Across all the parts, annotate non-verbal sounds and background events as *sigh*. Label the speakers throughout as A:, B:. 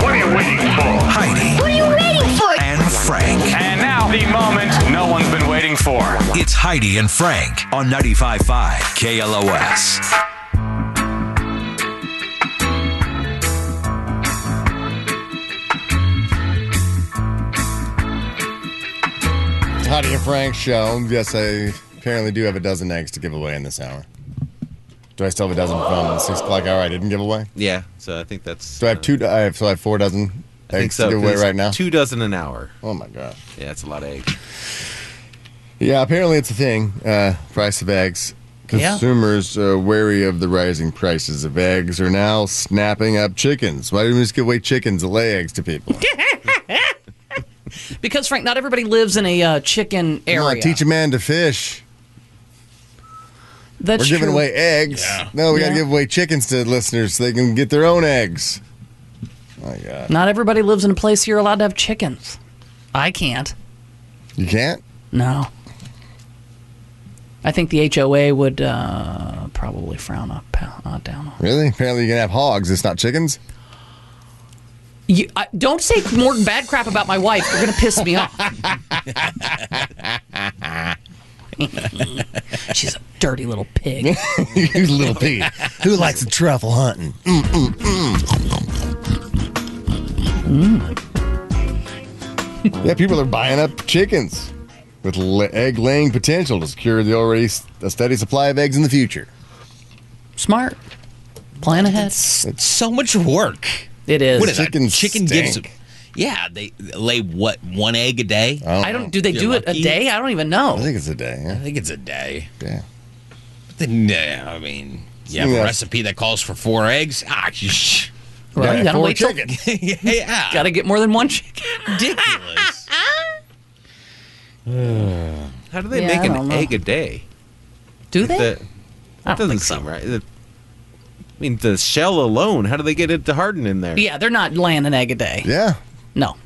A: waiting for?
B: Heidi
C: What are you waiting for?
B: and Frank.
A: And now the moment no one's been waiting for.
B: It's Heidi and Frank on 95.5 KLOS.
D: Hottie and Frank show. Yes, I apparently do have a dozen eggs to give away in this hour. Do I still have a dozen from the six o'clock hour I didn't give away?
E: Yeah, so I think that's. uh,
D: So I have two. I have so I have four dozen
E: I think
D: eggs
E: so,
D: to give away
E: 'cause
D: right now.
E: Two dozen an hour.
D: Oh my god.
E: Yeah, that's a lot of eggs.
D: Yeah, apparently it's a thing. Uh, price of eggs.
E: Yeah.
D: Consumers uh, wary of the rising prices of eggs are now snapping up chickens. Why do not we just give away chickens to lay eggs to people?
F: Because Frank, not everybody lives in a uh, chicken
D: Come
F: area.
D: on, teach a man to fish.
F: That's
D: We're giving
F: true.
D: away eggs. No, we got to
F: Yeah.
D: give away chickens to listeners so they can get their own eggs. Oh my god.
F: Not everybody lives in a place you're allowed to have chickens. I can't.
D: You can't?
F: No. I think the HOA would uh, probably frown up uh, down on.
D: Really? Apparently you can have hogs. It's not chickens? *laughs*
F: You, I, don't say more bad crap about my wife. You're going to piss me off. *laughs* She's a dirty little
D: *laughs*
F: pig.
D: you little pig. Who likes the truffle hunting? Mm, mm, mm. yeah, people are buying up chickens with le- egg laying potential to secure the already s- a steady supply of eggs in the future.
F: Smart. Plan ahead.
G: so much work.
F: It is.
G: What is
D: Chicken
G: that? Chicken
D: stink.
G: gives. Yeah, they lay what one egg a day.
F: I don't. Do they
G: You're
F: do it
G: lucky.
F: a day? I don't even know.
D: I think it's a day.
G: I
D: Yeah.
G: think it's a day.
D: yeah.
G: Then, yeah, I mean, you have
D: Yeah.
G: a recipe that calls for four eggs. Ah, sh-
F: Well, you
D: Yeah,
F: gotta
D: four
F: wait till-
D: chicken.
F: *laughs*
D: *laughs*
G: yeah,
F: Got to get more than one chicken.
G: ridiculous.
E: How do they
F: Yeah, I
E: make
F: don't
E: an
F: know.
E: egg a day?
F: Do they?
E: That,
F: I don't
E: doesn't
F: think so.
E: seem right. That- I mean, the shell alone. How do they get it to harden in there?
F: Yeah, they're not laying an egg a day.
D: Yeah.
F: No.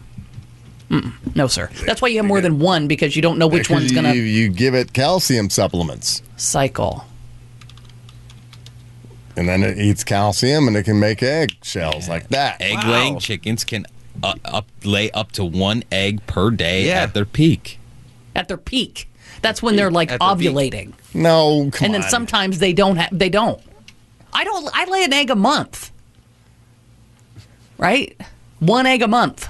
F: Mm-mm. No, sir. That's why you have more than one because you don't know which one's
D: You,
F: gonna
D: you give it calcium supplements,
F: cycle.
D: and then it eats calcium, and it can make egg shells like that.
G: Egg laying chickens can uh, up lay up to one egg per day
E: Yeah.
G: at their peak.
F: At their peak. That's when they're like
E: At their peak.
F: ovulating.
D: No, come
F: And then
D: on.
F: sometimes they don't ha- they don't. I don't I lay an egg a month. Right? One egg a month.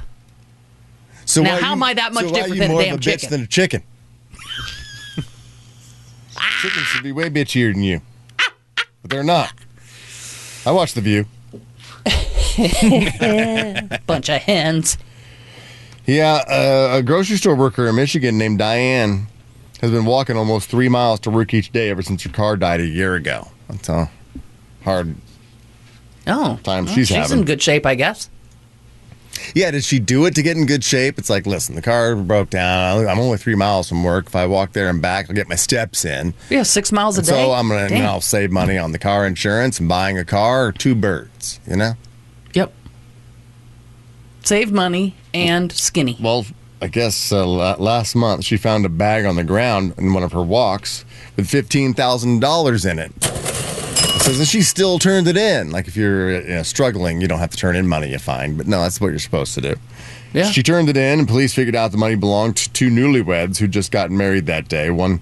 D: So
F: Now,
D: why are
F: how
D: you-
F: am I that much
D: so why are
F: different
D: you
F: than a
D: more
F: damn
D: of a bitch
F: chicken?
D: than a chicken?
F: Ah!
D: Chickens should be way bitchier than you, but they're not. I watched The View.
F: Bunch of hens.
D: Yeah, uh, a grocery store worker in Michigan named Diane has been walking almost three miles to work each day ever since her car died a year ago. That's how hard.
F: Oh.
D: Time
F: well,
D: she's having.
F: in good shape, I guess.
D: Yeah, did she do it to get in good shape? It's like, listen, the car broke down. I'm only three miles from work. If I walk there and back, I'll get my steps in.
F: Yeah, six miles a
D: And
F: day.
D: So I'm gonna
F: Damn.
D: now save money on the car insurance and buying a car or two birds. You know.
F: Yep. Save money and skinny.
D: Well, I guess uh, la- last month she found a bag on the ground in one of her walks with fifteen thousand dollars in it. So then she still turned it in. Like if you're uh, you know, struggling, you don't have to turn in money. You find, but no, that's what you're supposed to do.
F: Yeah.
D: She turned it in, and police figured out the money belonged to two newlyweds who'd just gotten married that day. One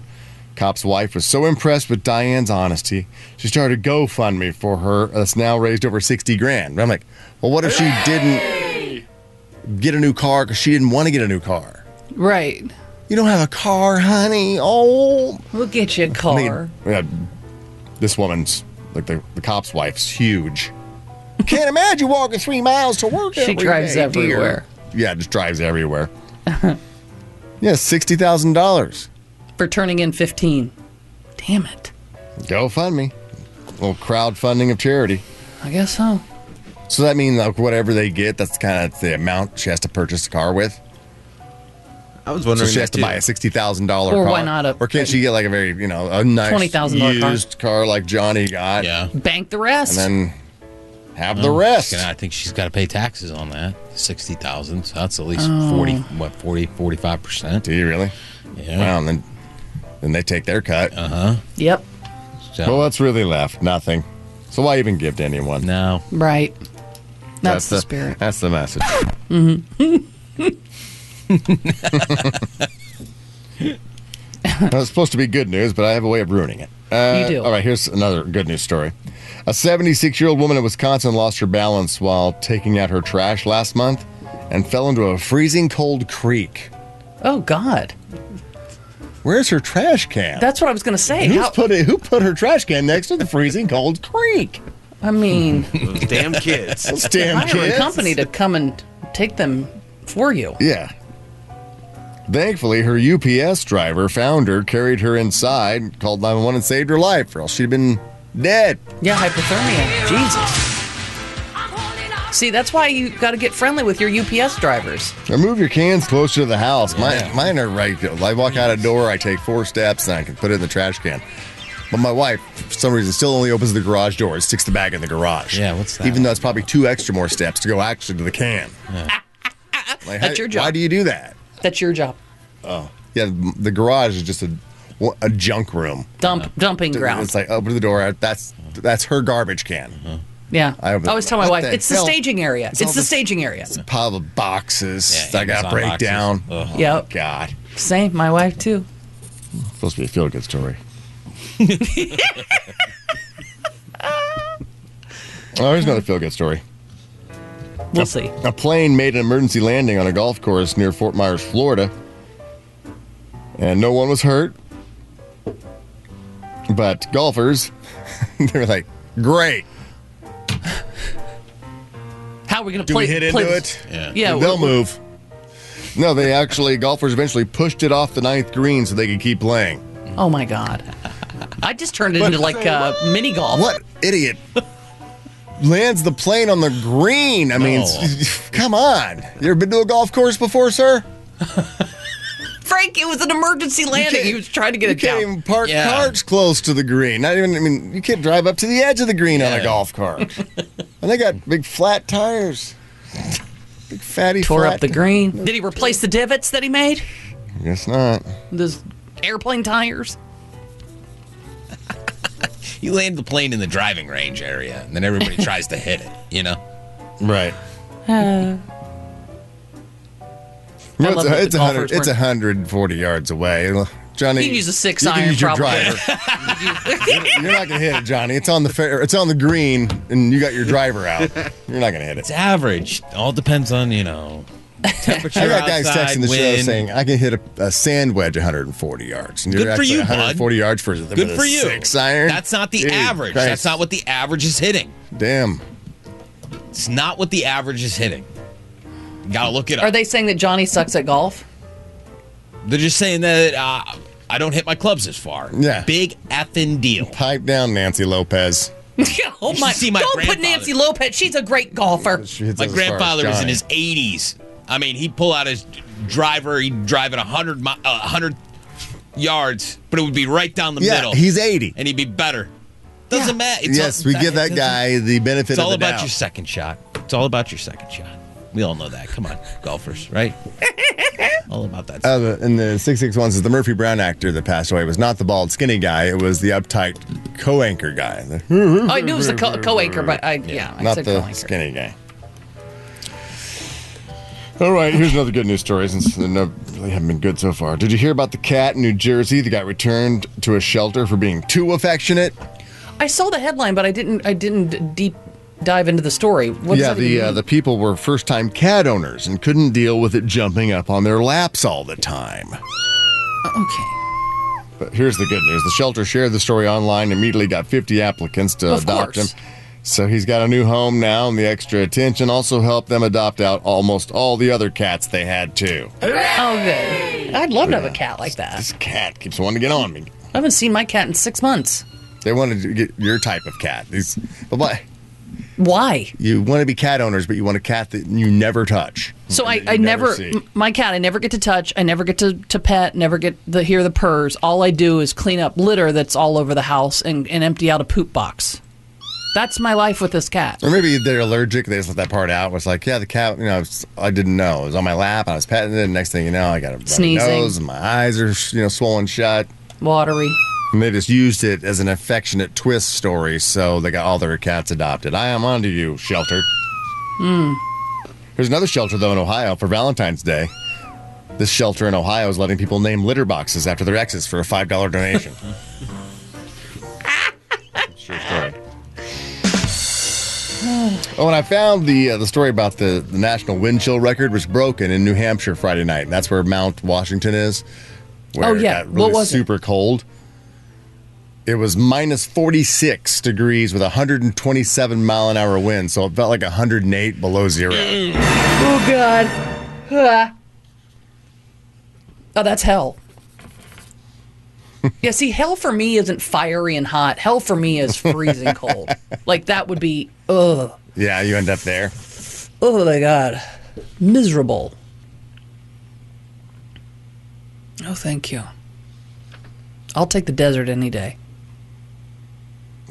D: cop's wife was so impressed with Diane's honesty, she started a GoFundMe for her. That's now raised over sixty grand. But I'm like, well, what if she didn't get a new car because she didn't want to get a new car?
F: Right.
D: You don't have a car, honey. Oh,
F: We'll get you a
D: I
F: car.
D: mean, yeah, this woman's like the, the cop's wife's huge. Can't imagine walking three miles to work.
F: She
D: every
F: drives
D: day, dear.
F: everywhere.
D: Yeah, just drives
F: *laughs*
D: everywhere. yeah, sixty thousand dollars.
F: for turning in 15. Damn it.
D: GoFundMe, little crowdfunding of charity.
F: I guess so.
D: So that means like whatever they get, that's kind of the amount she has to purchase the car with.
E: I was wondering.
D: So she
E: that
D: has to
E: too.
D: buy a sixty thousand dollar car.
F: Or why not a-
D: Or can she get like a very you know a nice
F: $20,000 car.
D: used car like Johnny got?
G: Yeah,
F: Bank the rest.
D: and then have
F: Oh,
D: the rest.
G: And I think she's got to pay taxes on that sixty thousand. So that's at least forty, what 40, 45 percent.
D: Do you really?
G: Yeah.
D: Wow, and then then they take their cut.
F: Oh, yep.
G: So,
D: Well, what's really left? Nothing. So why even give to anyone?
G: no,
F: Right.
D: That's,
F: That's the spirit.
D: That's the message.
F: Mm-hmm.
D: *laughs* that was supposed to be good news, but I have a way of ruining it. Uh,
F: You do.
D: All right, here's another good news story. A 76 year old woman in Wisconsin lost her balance while taking out her trash last month and fell into a freezing cold creek.
F: Oh God,
D: Where's her trash can?
F: that's what I was gonna say.
D: Who's
F: How-
D: put it, who put her trash can next to the freezing cold
F: *laughs*
D: creek?
F: I
D: *laughs*
F: mean,
E: Those damn kids.
D: Those damn
F: hire
D: kids.
F: a company to come and take them for you.
D: Yeah. Thankfully, her UPS driver found her, carried her inside, called 911, and saved her life, or else she'd been dead.
F: Yeah, hypothermia. Jesus. See, that's why you got to get friendly with your UPS drivers.
D: Or move your cans closer to the house. Mine, mine are right. I walk out a door, I take four steps, and I can put it in the trash can. But my wife, for some reason, still only opens the garage door and sticks the bag in the garage.
G: Yeah, what's that?
D: Even though it's probably two extra more steps to go actually to the can. Like,
F: That's
D: how-
F: your job.
D: Why do you do that?
F: That's your job.
D: Yeah, the garage is just a, a junk room.
F: Dump, dumping ground.
D: It's like open the door. That's that's her garbage can.
G: Mm-hmm.
F: yeah. I,
D: I was-
F: always tell my
D: what
F: wife,
D: the
F: it's the
D: hell?
F: staging area. It's,
D: all
F: the
D: this-
F: staging area.
D: It's a pile of boxes
G: Yeah,
D: I got to
G: Amazon
D: break
G: boxes.
D: down.
G: Ugh.
F: Yep.
D: God,
F: Same. My wife too.
D: supposed to be a feel good story. oh, here's another feel good story.
F: We'll see.
D: A plane made an emergency landing on a golf course near Fort Myers, Florida, and no one was hurt. But golfers, *laughs* they were like, "Great,
F: How are we going to
D: do
F: play?
D: we hit
F: play
D: into
F: this?
D: it?"
G: Yeah.
F: Yeah.
D: they'll move. No, they actually golfers eventually pushed it off the ninth green so they could keep playing.
F: Oh my God. I just turned it into like uh, mini golf.
D: What idiot lands the plane on the green? I mean, s- *laughs* come on. You ever been to a golf course before, sir?
F: Frank, it was an emergency landing.
D: can't-
F: He was trying to get
D: You
F: it down.
D: can't even park
G: Yeah.
D: carts close to the green. Not even. I mean, you can't drive up to the edge of the green on a golf cart. and they got big flat tires. Big fatty.
F: Tore
D: flat
F: up the green. Did he replace the divots that he made?
D: Guess not.
F: Those airplane tires?
G: You land the plane in the driving range area, and then *laughs* everybody tries to hit it. You know.
D: Right.
G: Uh,
F: I
D: Well,
F: love that
D: it's, a,
F: the
D: it's, a
F: golfers
D: hundred,
F: weren't-
D: it's 140 yards away. Johnny,
F: You can use a six
D: you can
F: iron,
D: use your
F: probably.
G: *laughs*
D: driver. You're not gonna hit it, Johnny. It's on the fair, it's on the green, and you got your driver out. You're not gonna hit it.
G: It's average. All depends on you know temperature
D: *laughs* I got guys
G: outside,
D: texting the
G: wind.
D: show saying I can hit a, a sand wedge 140 yards. And
G: Good
D: you're
G: for
D: actually
G: you, bud.
D: 140 yards for
G: Good for you.
D: Six iron.
G: That's not the
D: Dude,
G: average.
D: Christ.
G: That's not what the average is hitting.
D: Damn.
G: It's not what the average is hitting. You gotta look it up.
F: Are they saying that Johnny sucks at golf? *laughs*
G: They're just saying that uh, I don't hit my clubs as far.
D: Yeah.
G: Big effing deal.
D: Pipe down, Nancy Lopez.
F: oh
G: should
F: my!
G: see my
F: Don't put
G: grandfather.
F: Nancy Lopez. She's a great
D: *laughs*
F: golfer.
D: She hits
G: My
D: it as far as
G: grandfather was in
D: Johnny.
G: his 80s. I mean, he'd pull out his driver, he'd drive it 100, mi- uh, 100 yards, but it would be right down the
D: Yeah,
G: middle.
D: he's 80.
G: and he'd be better. Doesn't
F: Yeah.
G: matter. It's
D: Yes,
G: all-
D: we give that
G: it's-
D: guy the benefit
G: It's all
D: of the
G: about
D: doubt.
G: your second shot. It's all about your second shot. We all know that. Come on, golfers, right? all about that.
D: Uh, the- and the 661 says the Murphy Brown actor that passed away was not the bald, skinny guy. It was the uptight co anchor guy. The-
F: Oh, I knew it was the co- co-anchor, but I yeah, I
D: not
F: said
D: the
F: co-anchor.
D: skinny guy. All right, here's another good news story since they no- really haven't been good so far. Did you hear about the cat in New Jersey that got returned to a shelter for being too affectionate?
F: I saw the headline, but I didn't. I didn't deep dive into the story. What does
D: yeah,
F: that
D: the
F: even
D: uh,
F: mean?
D: the people were first time cat owners and couldn't deal with it jumping up on their laps all the time.
F: okay.
D: But here's the good news: the shelter shared the story online, and immediately got 50 applicants to
F: Of
D: adopt
F: course.
D: him. So he's got a new home now, and the extra attention also helped them adopt out almost all the other cats they had too.
F: Oh, good. I'd love to have a cat like that.
D: This cat keeps wanting to get on me.
F: I haven't seen my cat in six months.
D: They wanted to get your type of cat. These, but why-
F: Why?
D: you want to be cat owners, but you want a cat that you never touch.
F: So I,
D: that you
F: I never,
D: see.
F: m- my cat, I never get to touch, I never get to, to pet, never get the hear the purrs. All I do is clean up litter that's all over the house and, and empty out a poop box. That's my life with this cat.
D: Or maybe they're allergic. They just let that part out. It was like, yeah, the cat. You know, it's- I didn't know. It was on my lap. I was petting it. And next thing you know, I got a runny
F: Sneezing.
D: nose. And my eyes are you know swollen shut.
F: Watery.
D: And they just used it as an affectionate twist story, so they got all their cats adopted. I am onto you, shelter. There's another shelter, though, in Ohio for Valentine's Day. This shelter in Ohio is letting people name litter boxes after their exes for a $5 donation. True story. *sighs* Oh, and I found the uh, the story about the, the national wind chill record was broken in New Hampshire Friday night, and that's where Mount Washington is. Where
F: Oh,
D: it
F: yeah.
D: got
F: What
D: really
F: was it?
D: super cold. It was minus forty six degrees with hundred and twenty seven mile an hour wind, so it felt like hundred and eight below zero.
F: Oh God. Ah. Oh, that's hell. yeah, see, hell for me isn't fiery and hot. Hell for me is freezing cold. Like that would be ugh.
D: yeah, you end up there.
F: Oh my God. Miserable. Oh, thank you. I'll take the desert any day.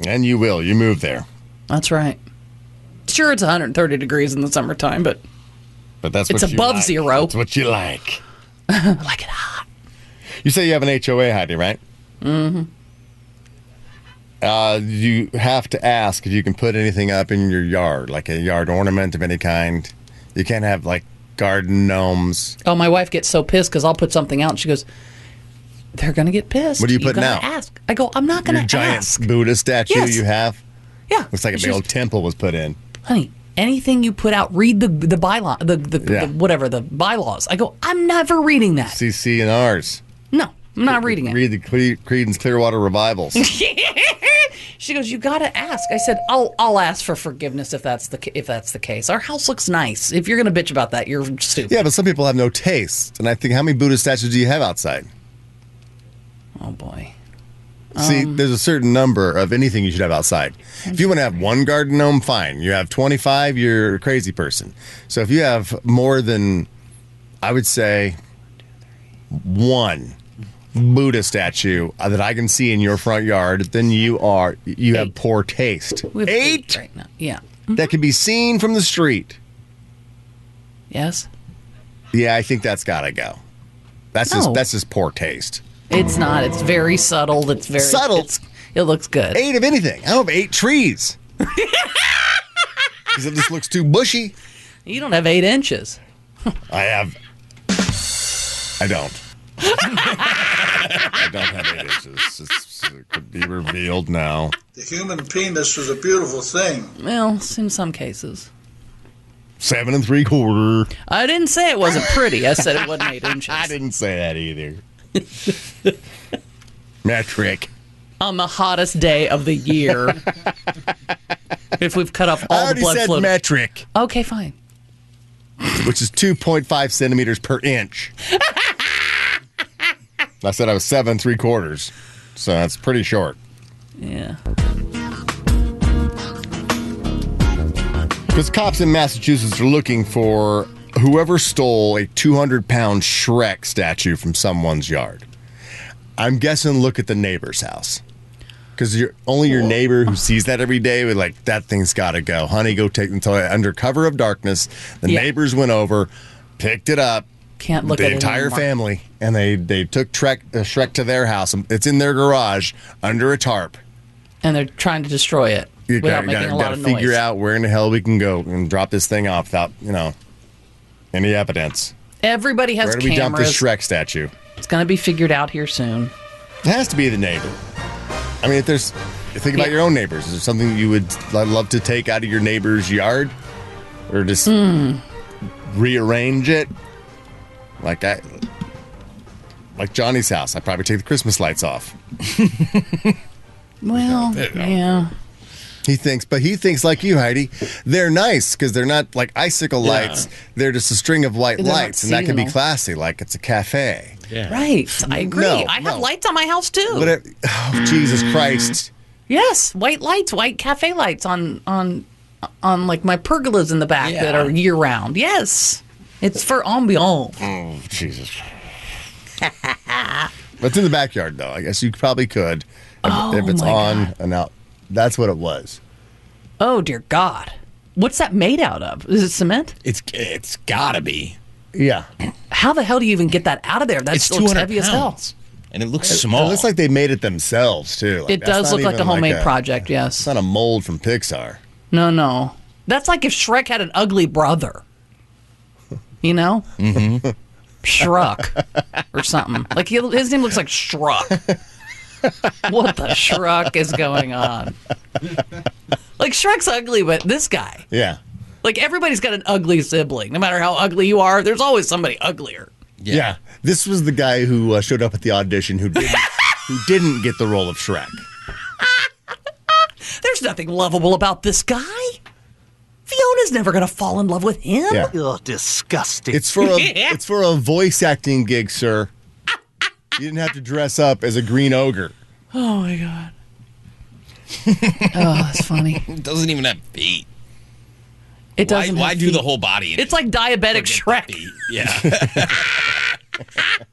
D: And you will. You move there.
F: That's right. Sure, it's 130 degrees in the summertime, but
D: But that's
F: It's
D: what you
F: above
D: like.
F: zero.
D: That's what you like.
F: I like it hot.
D: You say you have an HOA, Heidi, right? Mm-hmm. Uh, you have to ask if you can put anything up in your yard, like a yard ornament of any kind. You can't have like garden gnomes.
F: Oh, my wife gets so pissed because I'll put something out, and she goes, "They're gonna get pissed."
D: What are you putting
F: gotta
D: out?
F: Ask. I go, "I'm not
D: Your
F: gonna
D: giant
F: ask."
D: Buddha statue
F: Yes.
D: you have.
F: Yeah,
D: Looks like a
F: And
D: big
F: she
D: old
F: goes,
D: temple was put in.
F: honey. Anything you put out, read the the bylaw, the, the,
D: Yeah.
F: the whatever the bylaws. I go, "I'm never reading that.
D: CC and R's.
F: No, I'm not reading it."
D: Read the Cle- Creedence Clearwater Revivals.
F: *laughs* She goes, "You gotta ask." I said, "I'll I'll ask for forgiveness if that's the ca- if that's the case. Our house looks nice. If you're gonna bitch about that, you're stupid."
D: yeah, but some people have no taste. And I think, how many Buddha statues do you have outside?
F: Oh boy.
D: See,
F: Um,
D: there's a certain number of anything you should have outside. If you want to have one garden gnome, fine. You have 25, you're a crazy person. So if you have more than, I would say, one Buddha statue uh, that I can see in your front yard, then you are you have
F: Eight. Mm-hmm.
D: poor taste.
F: We have
D: Eight
F: right now. Yeah.
D: that can be seen from the street.
F: Yes.
D: Yeah, I think that's got to go. That's just
F: No.
D: that's just poor taste.
F: It's not. It's very subtle. It's very
D: Subtle?
F: it's- it looks good.
D: Eight of anything. I don't have
F: *laughs*
D: eight trees. Because it just looks too bushy.
F: You don't have eight inches.
D: I have. I don't. I don't have eight inches. It's, it could be revealed now.
C: The human penis is a beautiful thing.
F: Well, in some cases.
D: Seven and three quarter.
F: I didn't say it wasn't pretty. I said it wasn't
D: *laughs*
F: eight inches.
D: I didn't say that either.
F: *laughs*
D: Metric.
F: On the hottest day of the
D: *laughs*
F: year. if we've cut off
D: I
F: all the
D: already
F: blood
D: said
F: flow.
D: metric,
F: okay, fine.
D: which is 2.5 centimeters per
F: *laughs*
D: inch. I said I was seven and three quarters, so that's pretty short.
F: Yeah.
D: Because cops in Massachusetts are looking for whoever stole a 200 pound Shrek statue from someone's yard. I'm guessing look at the neighbor's house. Because you're only your neighbor who sees that every day would like, that thing's got to go. Honey, go take until under cover of darkness. The
F: Yeah.
D: neighbors went over, picked it up,
F: Can't look
D: the
F: at it
D: entire
F: anymore.
D: family, and they, they took Trek, uh, Shrek to their house. It's in their garage under a tarp
F: And they're trying to destroy it
D: you
F: without
D: gotta,
F: making
D: gotta,
F: a lot
D: gotta
F: of
D: figure
F: noise.
D: out where in the hell we can go and drop this thing off without you know any evidence
F: Everybody has
D: where do we dump
F: cameras.
D: this shrek statue
F: It's going to be figured out here soon.
D: it has to be the neighbor i mean if there's think about
F: Yeah.
D: your own neighbors is there something you would l- love to take out of your neighbor's yard or just
F: Hmm.
D: rearrange it like i like johnny's house i'd probably take the christmas lights off
F: Well, yeah.
D: He thinks, but he thinks like you, Heidi. They're nice because they're not like icicle lights. They're just a string of white
F: They're not
D: lights, and that can be
F: seasonal.
D: classy, like it's a cafe.
F: Right. I agree.
D: No,
F: I have
D: no.
F: lights on my house too.
D: But it, oh, Jesus Christ,
F: Yes, white lights, white cafe lights on on on like my pergolas in the back
G: Yeah.
F: that are year round. Yes. It's for ambiance.
D: Jesus! but it's in the backyard, though. I guess you probably could if, if it's
F: Oh my
D: on and out. That's what it was.
F: Oh dear God. What's that made out of? Is it cement?
G: It's it's gotta be.
D: Yeah, it
F: How the hell do you even get that out of there? That's
G: It's two hundred
F: heavy
G: pounds,
F: as hell.
G: and it looks small.
D: looks like they made it themselves too. Like,
F: It
D: that's
F: does
D: not
F: look like a
D: even
F: homemade project,
D: It's
F: yes.
D: not a mold from Pixar.
F: No, no. That's like if Shrek had an ugly brother. You know? Mm-hmm. Shruck or something. Like he, his name looks like Shruck. what the Shruck is going on? Like Shrek's ugly, but this guy.
D: Yeah.
F: Like everybody's got an ugly sibling. No matter how ugly you are, there's always somebody uglier.
D: Yeah. This was the guy who uh, showed up at the audition who didn't, who didn't get the role of Shrek.
F: There's nothing lovable about this guy. Fiona's never gonna fall in love with him.
D: Yeah.
H: Oh, disgusting.
D: It's for a it's for a voice acting gig, sir. You didn't have to dress up as a green ogre.
F: Oh my god. oh, that's funny.
G: It doesn't even have feet.
F: It
G: Why,
F: doesn't.
G: why
F: have
G: do the
F: feet.
G: whole body? in
F: It's
G: it?
F: like diabetic
G: Forget the
F: Shrek.
G: feet. Yeah.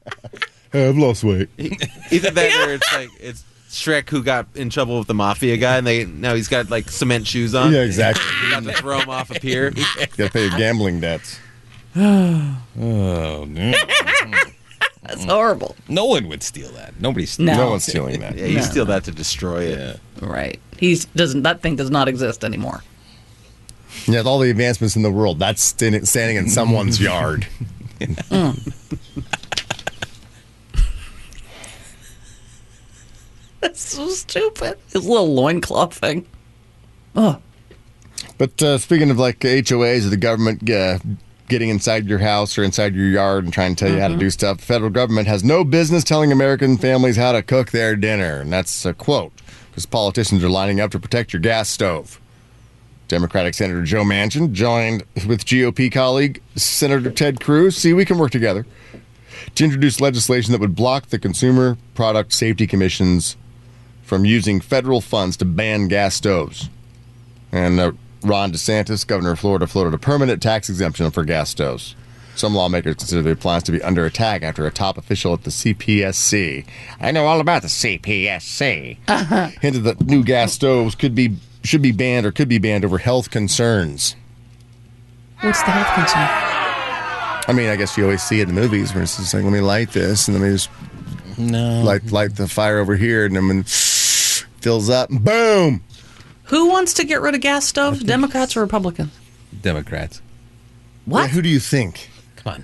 D: Hey, I've lost weight.
E: Either that or it's like it's Shrek who got in trouble with the mafia guy, and they now he's got like cement shoes on.
D: Yeah, exactly.
E: They got to throw him off a
D: *laughs*
E: pier.
D: Got to pay your gambling debts.
F: *laughs* That's
G: Mm.
F: horrible.
G: Oh, no one would steal that. Nobody's
F: No.
D: No one's stealing that.
E: Yeah, you steal that to destroy it.
F: Right. He's doesn't. That thing does not exist anymore. *laughs*
D: Yeah, with all the advancements in the world, that's stand- standing in someone's yard.
F: That's so stupid. His little loincloth thing.
D: But uh, speaking of like HOAs or the government uh, getting inside your house or inside your yard and trying to tell you how to do stuff, the federal government has no business telling American families how to cook their dinner. And that's a quote because politicians are lining up to protect your gas stove. Democratic Senator Joe Manchin joined with GOP colleague Senator Ted Cruz. See, we can work together to introduce legislation that would block the Consumer Product Safety Commission's from using federal funds to ban gas stoves. And uh, Ron DeSantis, governor of Florida, floated a permanent tax exemption for gas stoves. Some lawmakers consider their plans to be under attack after a top official at the CPSC, I know all about the CPSC, hinted that new gas stoves could be should be banned or could be banned over health concerns.
F: What's the health concern?
D: I mean, I guess you always see it in the movies where it's just like, let me light this and let me just light light the fire over here, and then when it fills up, boom.
F: Who wants to get rid of gas stoves? Democrats or Republicans?
G: *laughs* Democrats.
D: Yeah,
F: *laughs* What?
D: who do you think?
G: Come on.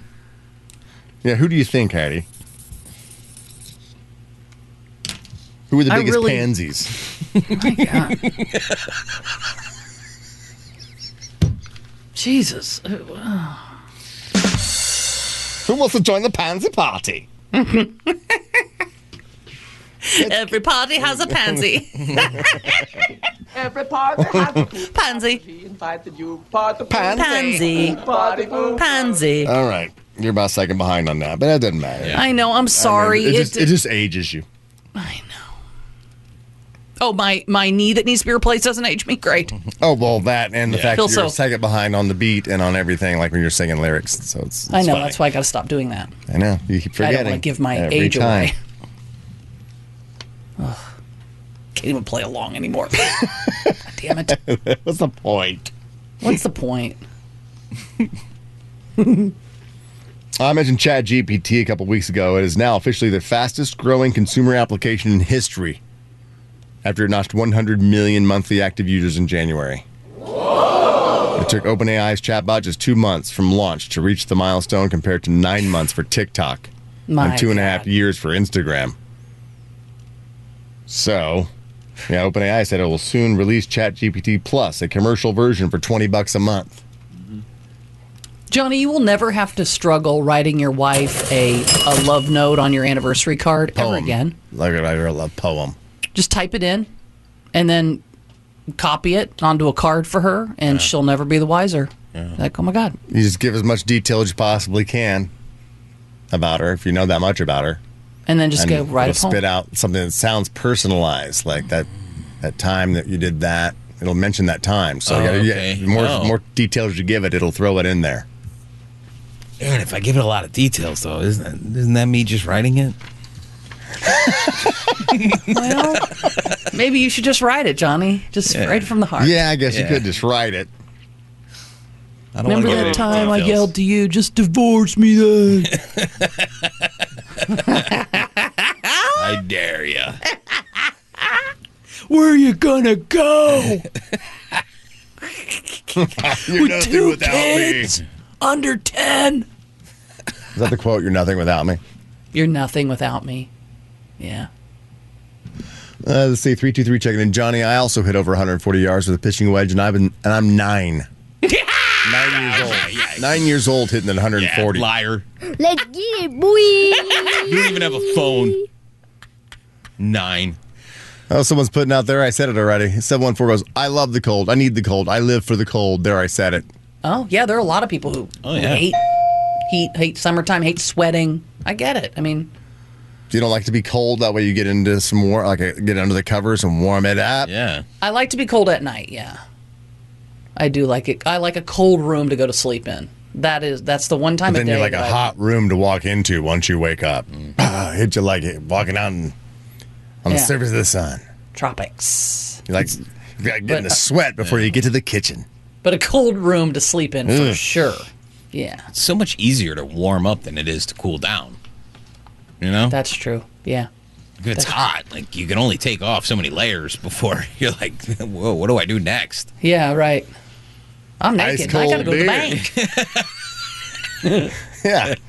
D: Yeah, who do you think, Heidi? Who were the
F: I
D: biggest
F: really-
D: pansies? *laughs*
F: Jesus.
D: Who wants to join the pansy party?
F: Every party has a pansy.
I: Every
F: *laughs*
I: party has a pool.
F: Pansy.
I: She invited you. Party pool.
D: Pansy.
F: Pansy.
I: Party pool.
F: Pansy.
D: All right, you're about a second behind on that, but that doesn't matter.
F: I know. I'm sorry.
D: It, just,
F: It-
D: it just ages you.
F: I know. Oh, my my knee that needs to be replaced doesn't age me. Great.
D: Oh well, that and the fact
F: Feel
D: that you're
F: so.
D: a second behind on the beat and on everything, like when you're singing lyrics. So it's, it's
F: I know. *laughs*
D: funny.
F: That's why I got to stop doing that.
D: I know you keep
F: I
D: forgetting.
F: don't want to give my
D: every
F: age
D: time.
F: away. *laughs* Ugh. Can't even play along
D: *laughs*
F: anymore. Damn it.
D: What's the point?
F: What's the point?
D: I mentioned ChatGPT a couple weeks ago. It is now officially the fastest growing consumer application in history after it notched 100 million monthly active users in January. It took OpenAI's chatbot just two months from launch to reach the milestone compared to nine months for TikTok
F: My
D: and two and a half
F: God.
D: years for Instagram. So, yeah, OpenAI said it will soon release ChatGPT Plus, a commercial version for 20 bucks a month.
F: Johnny, you will never have to struggle writing your wife a, a love note on your anniversary card ever
D: Poem.
F: again.
D: Like I love poem.
F: Just type it in and then copy it onto a card for her, and she'll never be the wiser. Like, oh my God.
D: You just give as much detail as you possibly can about her if you know that much about her.
F: And then just go right
D: it'll
F: home.
D: spit out something that sounds personalized, like that that time that you did that. It'll mention that time. So you gotta, you-
G: okay.
D: more
G: Oh.
D: more details you give it, it'll throw it in there.
G: And if I give it a lot of details, though, isn't that, isn't that me just writing it?
F: Well, maybe you should just write it, Johnny. Just
G: Yeah.
F: right from the heart.
D: Yeah, I guess you
G: Yeah.
D: could just write it.
G: I don't
F: Remember
G: wanna give
F: that
G: it
F: time I
G: details.
F: yelled to you, just divorce me then?
D: *laughs*
G: I dare you.
F: Where are you gonna go?
D: You're
F: with
D: nothing
F: two
D: without
F: kids
D: me.
F: under 10.
D: Is that the quote? You're nothing without me.
F: You're nothing without me. Yeah.
D: Uh, let's see, three two three checking in. Johnny, I also hit over 140 yards with a pitching wedge, and I've been and
F: *laughs*
D: I'm nine. nine years old. Nine years old hitting at
G: Yeah,
D: 140.
G: liar.
H: Let's get it, boy.
G: You don't even have a phone. Nine.
D: oh, someone's putting out there. I said it already. 714 goes. I love the cold. I need the cold. I live for the cold. There, I said it.
F: Oh, yeah, there are a lot of people who,
G: Oh,
F: who
G: yeah.
F: hate heat, hate summertime, hate sweating. I get it. I mean,
D: You don't like to be cold. That way, you get into some more like uh, get under the covers and warm it up.
G: Yeah.
F: I like to be cold at night, yeah. I do like it. I like a cold room to go to sleep in. That is that's the one time
D: But then
F: a day
D: you're like a
F: that I-
D: hot room to walk into once you wake up.
G: Mm.
D: Ah, *laughs* hit you like it, walking out in, on the
F: Yeah.
D: surface of the sun.
F: tropics.
D: You're like, you're like getting a sweat
G: uh,
D: before you get to the kitchen. *laughs*
F: But a cold room to sleep in for
D: Ugh.
F: sure. Yeah,
G: It's so much easier to warm up than it is to cool down. You know?
F: that's true. Yeah.
G: if it's hot, like you can only take off so many layers before *laughs* you're like, whoa, what do I do next?
F: Yeah, right. I'm
D: Ice
F: naked. I gotta
D: cold
F: go to the
D: beer.
F: bank.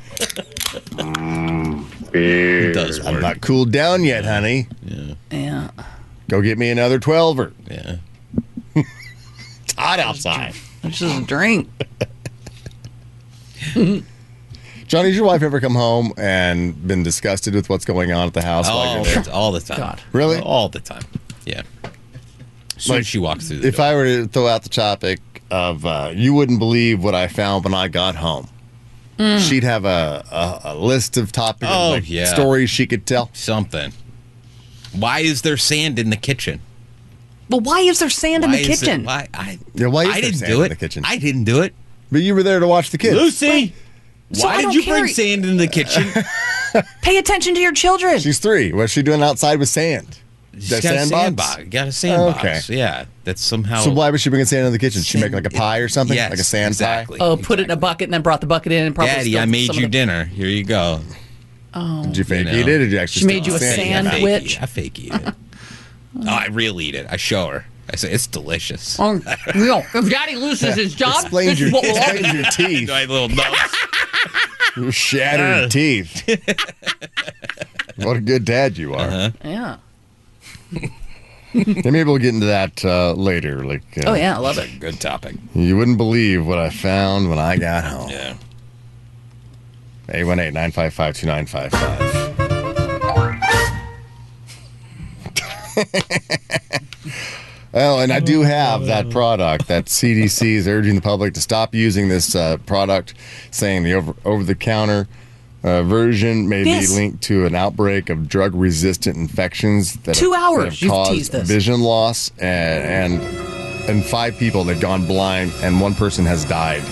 G: *laughs*
D: Yeah.
G: It does work.
D: I'm not cooled down yet, honey.
F: yeah.
D: Go get me another 12er.
G: yeah.
D: It's hot outside.
F: It's just a drink.
D: Johnny, has your wife ever come home and been disgusted with what's going on at the house? while
G: Oh,
D: you're there?
G: it's all the time.
F: God.
D: Really?
G: All the time. Yeah. As soon
D: Like,
G: as she walks through the
D: if
G: door.
D: I were to throw out the topic of uh, you wouldn't believe what I found when I got home, she'd have a, a, a list of topics,
G: Oh,
D: like
G: yeah.
D: stories she could tell.
G: Something. Why is there sand in the kitchen?
F: But why is there sand
G: why
F: in the
G: is it-
F: kitchen?
G: why, I,
D: Yeah, why is
G: I
D: there
G: didn't
D: sand
G: do
D: in
G: it.
D: the kitchen?
G: I didn't do it.
D: But you were there to watch the kids.
G: Lucy,
F: So
G: why
F: I
G: did
F: don't
G: you
F: carry-
G: bring sand in the
F: *laughs*
G: kitchen?
F: Pay attention to your children.
D: She's three. What's she doing outside with sand?
G: She's got a sandbox. Got a sandbox. Yeah, that's somehow.
D: So why was she bringing sand in the kitchen? She make like a pie or something,
G: Yes,
D: like a sand
G: exactly.
F: oh, put it in a bucket and then brought the bucket in and probably
G: Daddy,
F: spilled
G: I made
F: some
G: you
F: of the-
G: dinner. Here you go.
D: pie. Did you fake
G: know.
D: eat it? Or did you actually?
F: She
D: stick
F: made you
D: the
F: a
D: in your
F: sand
D: mouth?
F: whip.
G: I fake eat it. oh, I real eat it. I show her. I say it's delicious. *laughs*
F: Oh, no. If Daddy loses his job,
D: Explained
F: this is *laughs*
D: your,
F: what we'll all
D: explained your teeth.
G: Do I have little nubs?
D: Your shattered teeth. what a good dad you are.
F: Yeah.
D: And maybe we'll get into that uh, later. Like, uh,
F: Oh yeah, I love it.
G: Good topic.
D: You wouldn't believe what I found when I got home.
G: Yeah.
D: 818 955 2955. Oh, and I do have that product that CDC is urging the public to stop using this uh, product, saying the over over the counter uh, version may
F: Yes.
D: be linked to an outbreak of drug resistant infections that
F: Two
D: have,
F: hours,
D: that have
F: you've
D: caused
F: teased this.
D: vision loss and, and and five people they've gone blind and one person has died.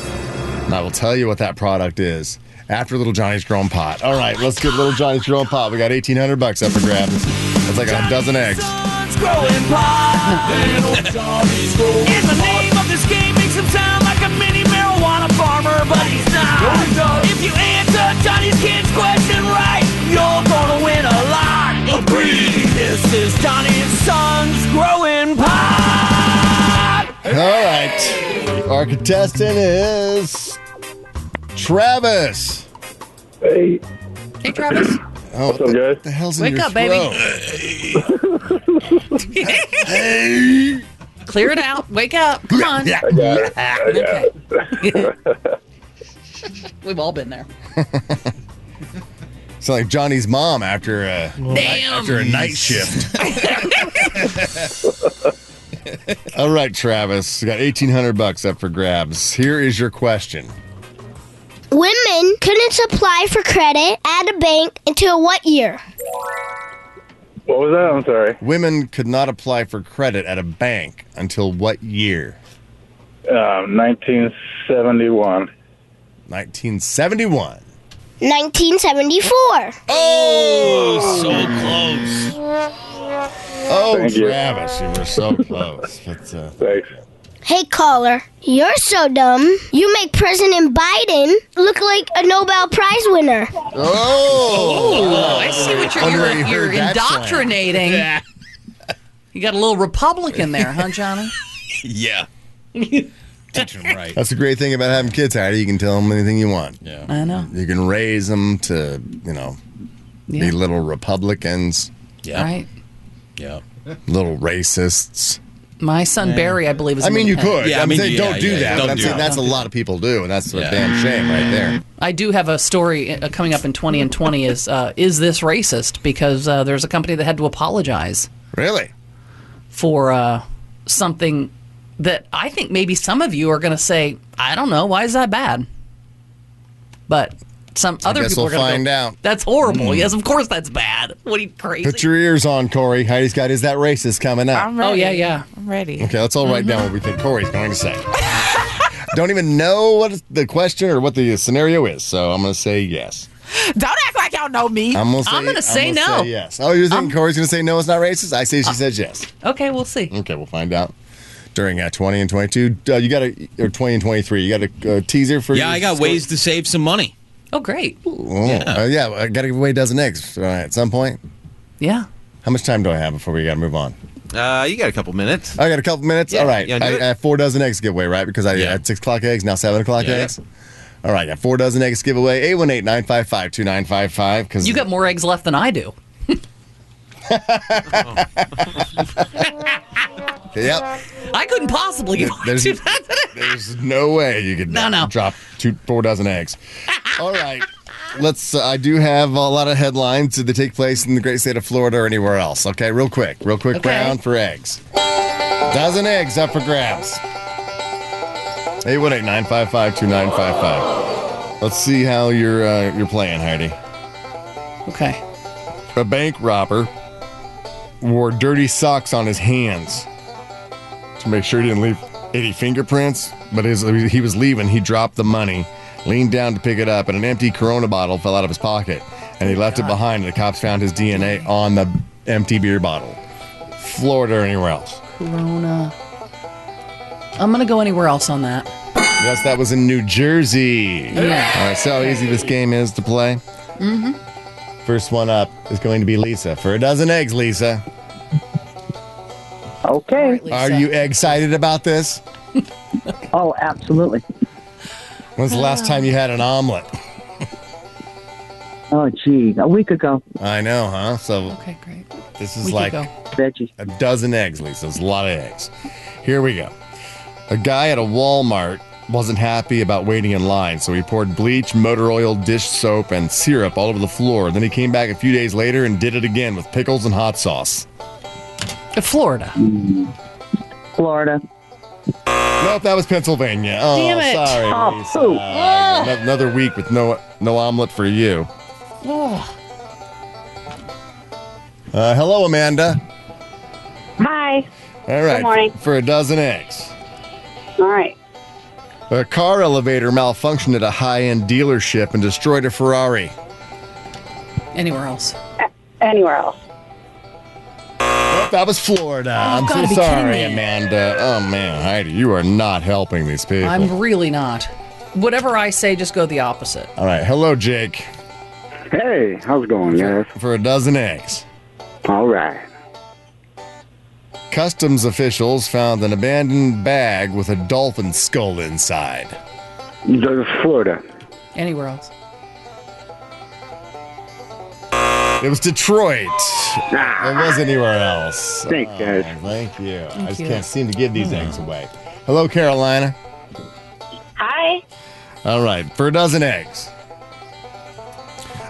D: And I will tell you what that product is after Little Johnny's Grown Pot. All right, let's get Little Johnny's Grown Pot. We got 1800 bucks up for grabs. That's like a dozen eggs. All right, our contestant is Travis.
J: Hey,
F: Hey Travis,
D: Oh,
J: what's
D: what
J: up, guys?
D: the hell's in
F: Wake
D: your
F: up, baby.
D: throat?
F: clear it out. Wake up. Come on.
J: I got it. I got
F: Okay.
J: it.
F: *laughs*
G: *laughs*
F: We've all been there.
D: It's like Johnny's mom after uh, a
F: Damn.
D: after a night shift.
J: *laughs*
D: All right, Travis, we got eighteen hundred bucks up for grabs. Here is your question.
H: Women couldn't apply for credit at a bank until what year?
J: What was that? I'm sorry.
D: Women could not apply for credit at a bank until what year?
J: Um, 1971.
D: 1971.
H: 1974.
G: So close.
D: Oh,
J: Thank you.
D: Travis, you. were so close. But,
J: *laughs*
D: uh,
J: Thanks.
H: Hey, caller, you're so dumb. You make President Biden look like a Nobel Prize winner.
D: oh,
F: Oh, I see what you're
D: Wonder
F: you're,
D: where you
F: you're
D: heard that slang.
F: indoctrinating. *laughs* You got a little Republican there, huh, Johnny?
G: Yeah. teaching them right.
D: That's the great thing about having kids, Hattie. You can tell them anything you want.
G: Yeah.
F: I know.
D: You can raise them to, you know,
F: Yeah.
D: be little Republicans,
G: Yeah.
F: Right.
G: Yeah.
D: little racists.
F: My son Barry, I believe, is.
D: I mean, you
F: independent.
D: could.
G: Yeah, I
D: I'm
G: mean,
D: saying
G: yeah,
D: don't do
G: yeah,
D: that.
G: don't
D: but I'm
G: do
D: saying
G: it.
D: that's a lot of people do, and that's
G: Yeah.
D: a damn shame right there.
F: I do have a story uh, coming up in 20 and 20 is uh, is this racist because uh, there's a company that had to apologize
D: Really?
F: for uh, something that I think maybe some of you are going to say I don't know why is that bad, but some other
D: guess
F: people
D: we'll
F: are going to
D: find out. Hmm.
F: That's horrible. Yes, of course that's bad. What are you crazy?
D: Put your ears on, Corey. Heidi's got Is That Racist coming up.
F: Oh, yeah, yeah.
K: I'm ready.
D: Um, Okay, let's all write down what we think Corey's going to say. Don't even know what the question or what the scenario is, so I'm going to say yes.
K: Don't act like y'all know me.
D: I'm going to say,
F: I'm gonna say
D: gonna
F: no.
D: say yes. Oh, you're thinking Corey's going to say no, it's not racist? I say she says yes.
F: Okay, we'll see.
D: Okay, we'll find out during uh, 20 and 22. Uh, you got a, or 20 and 23, you got a uh, teaser for
G: Yeah,
D: your
G: I got
D: score?
G: ways to save some money.
F: Oh, great.
D: Oh, yeah. Uh, yeah, I got to give away a dozen eggs uh, at some point.
F: Yeah.
D: How much time do I have before we got to move on?
E: Uh, you got a couple minutes.
D: I got a couple minutes.
E: Yeah,
D: All right.
E: you wanna
D: I,
E: do it?
D: I have four dozen eggs giveaway, right? Because I
G: Yeah.
D: had six o'clock eggs, now seven o'clock
G: Yeah.
D: eggs. All right. I got four dozen eggs giveaway, 818 955 2955. Because
F: You got more eggs left than I do.
D: Yep.
F: I couldn't possibly *laughs* give
D: There's-
F: two thousand.
D: There's no way you could
F: No, no.
D: drop two, four dozen eggs. All right. Let's. Uh, I do have a lot of headlines that take place in the great state of Florida or anywhere else. Okay, real quick, real quick
F: Okay.
D: round for eggs. Dozen eggs up for grabs. 818 955 2955. Let's see how you're uh, you're playing, Heidi.
F: Okay.
D: A bank robber wore dirty socks on his hands to make sure he didn't leave any fingerprints. But as he was leaving, he dropped the money, leaned down to pick it up, and an empty Corona bottle fell out of his pocket. And he left it behind, and the cops found his DNA on the empty beer bottle. Florida or anywhere else.
F: Corona. I'm gonna go anywhere else on that.
D: Yes, that was in New Jersey.
F: Yeah.
D: All right, so how easy this game is to play. Mm-hmm. First one up is going to be Lisa for a dozen eggs, Lisa.
F: All
I: Okay.
F: right, Lisa.
D: Are you excited about this?
I: *laughs* Oh, absolutely.
D: When's the last time you had an omelet?
I: Oh, gee. A week ago.
D: I know, huh? So
F: Okay, great.
D: this
F: We
D: is
F: could
D: like
F: go.
I: Veggie.
D: a dozen eggs, Lisa. It's a lot of eggs. Here we go. A guy at a Walmart wasn't happy about waiting in line, so he poured bleach, motor oil, dish soap, and syrup all over the floor. Then he came back a few days later and did it again with pickles and hot sauce.
F: Uh, Florida.
I: Florida.
D: Nope, that was Pennsylvania. Oh,
F: Damn it.
D: sorry,
I: Oh,
D: Lisa.
I: poop.
D: Ano- Another week with no no omelet for you.
F: Oh,
D: Uh, hello, Amanda.
I: Hi.
D: All right.
I: morning.
D: For a dozen eggs.
I: All right.
D: A car elevator malfunctioned at a high end dealership and destroyed a Ferrari.
F: anywhere else?
I: Anywhere else.
D: Oh, that was Florida. I'm
F: Oh, gotta
D: so
F: be kidding
D: sorry,
F: me.
D: Amanda. Oh, man, Heidi, you are not helping these people.
F: I'm really not. Whatever I say, just go the opposite.
D: All right. Hello, Jake.
J: Hey, how's it going, guys?
D: For a dozen eggs.
J: All right.
D: Customs officials found an abandoned bag with a dolphin skull inside.
J: This is Florida.
F: Anywhere else?
D: It was Detroit. It
J: Ah,
D: was anywhere else.
J: Thanks, guys.
D: Thank you. I just
F: you.
D: can't seem to give these eggs away. Hello, Carolina.
H: Hi.
D: All right, for a dozen eggs.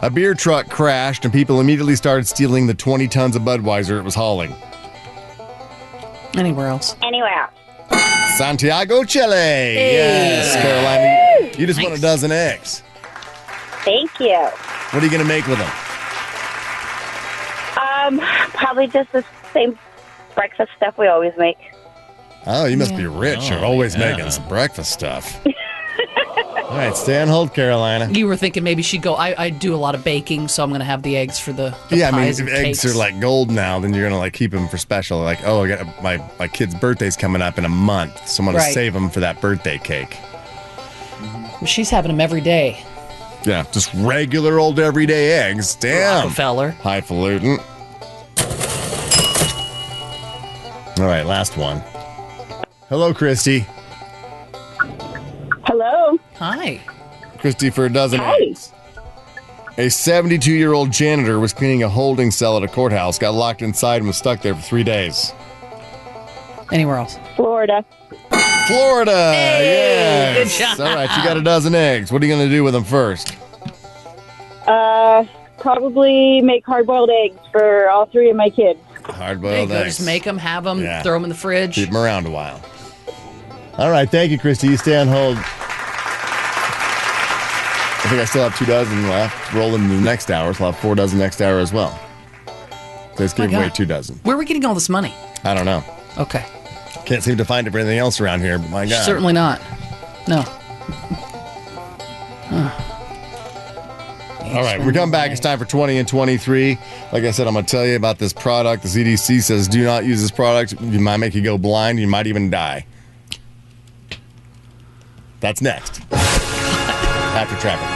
D: A beer truck crashed and people immediately started stealing the 20 tons of Budweiser it was hauling.
F: Anywhere else?
H: Anywhere else.
D: Santiago, Chile. Yes, Carolina. You- You just won a dozen eggs.
H: Thank you.
D: What are you going to make with them?
H: Um, probably just the same breakfast stuff we always make.
D: Oh, you must be rich. You're always
G: yeah.
D: making some breakfast stuff. *laughs* All right, stay on hold, Carolina.
F: You were thinking maybe she'd go. I, I do a lot of baking, so I'm gonna have the eggs for the. the
D: Yeah, I mean,
F: pies
D: if
F: and
D: eggs
F: cakes.
D: are like gold now, then you're gonna like keep them for special. Like, oh, I got my my kid's birthday's coming up in a month, so I'm gonna
F: Right.
D: save them for that birthday cake.
F: She's having them every day.
D: Yeah, just regular old everyday eggs. Damn.
F: Rockefeller.
D: Highfalutin. All right, last one. Hello, Christy.
F: Hi.
D: Christy for a dozen eggs. A 72 year old janitor was cleaning a holding cell at a courthouse, got locked inside, and was stuck there for three days.
F: Anywhere else?
I: Florida.
D: Florida.
I: Hey,
D: yes.
I: good job.
D: All right, you got a dozen eggs. What are you going to do with them first?
I: Uh, probably make hard boiled eggs for all three of my kids.
D: Hard
F: There
D: boiled
F: you go.
D: eggs.
F: Just make them, have them,
D: Oh, Yeah.
F: throw them in the fridge.
D: Keep them around a while. All right, thank you, Christy. You stay on hold. I think I still have two dozen left. Roll them the next hour, so I'll have four dozen next hour as well. Let's give
F: My
D: away
F: God.
D: two dozen.
F: Where are we getting all this money?
D: I don't know.
F: Okay.
D: Can't seem to find it for anything else around here, but my God.
F: Certainly not. No.
D: All right, we come back. It's time for 20 and 23. Like I said, I'm going to tell you about this product. The CDC says do not use this product. You might make you go blind. You might even die. That's next. *laughs* After traffic.